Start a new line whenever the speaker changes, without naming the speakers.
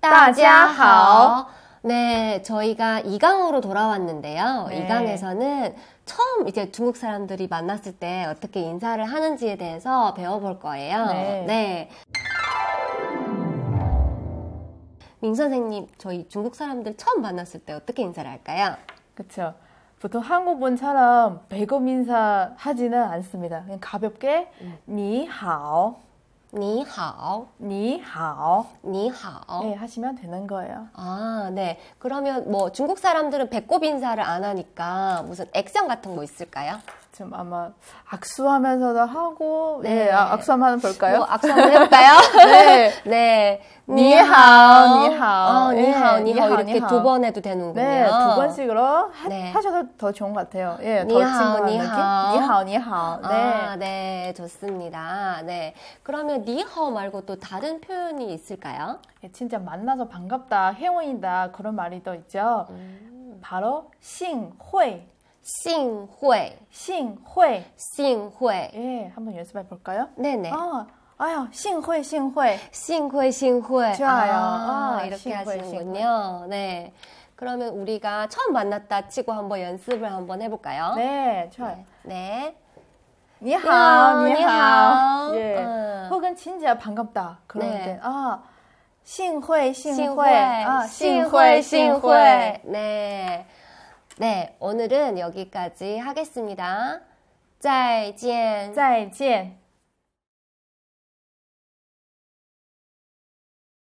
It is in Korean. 大家好.
네, 저희가 이강으로 돌아왔는데요.
네.
이강에서는 처음 이제 중국 사람들이 만났을 때 어떻게 인사를 하는지에 대해서 배워볼 거예요.
네.
민 선생님, 저희 중국 사람들 처음 만났을 때 어떻게 인사를 할까요?
그쵸. 보통 한국분처럼 배급 인사 하지는 않습니다. 그냥 가볍게
음.
니하오,
니하오,
니하오
니하오.
네, 하시면 되는 거예요.
아, 네. 그러면 뭐 중국 사람들은 배꼽 인사를 안 하니까 무슨 액션 같은 거 있을까요?
지금 아마 악수하면서도 하고
네.
네, 아, 악수 한번 볼까요?
뭐 악수 한번 해볼까요?
네.
네.
니하오, 니하오.
어,
네,
니하오, 니하오.
니하오,
이렇게
니하오.
두 번 해도 되는군요.
네, 두 번씩으로 하,
네.
셔도더 좋은 것 같아요. 예, 더
니하오,
친근한 느낌.
니하오.
니하오, 니하오. 네.
아, 네. 좋습니다. 네. 그러면 니하오 말고 또 다른 표현이 있을까요?
예, 진짜 만나서 반갑다, 회원이다 그런 말이 또 있죠.
음.
바로 싱회,
싱회,
싱회.
싱회.
예, 한번 연습해 볼까요?
네네.
아, 아유, 싱회, 싱회.
싱회, 싱회.
좋아요.
아,
아,
이렇게
싱회,
하시는군요. 네. 그러면 우리가 처음 만났다 치고 한번 연습을 한번 해볼까요?
네, 좋아요.
네. 니하오,
니하오, 니하오.
니하오.
예.
음.
혹은 진짜 啊 반갑다. 그럴
嗯
哦
네.
때, 아, 싱회, 싱회. 아,
幸会,
싱회, 싱회.
싱회. 네. 네, 오늘은 여기까지 하겠습니다. 再见.
再见。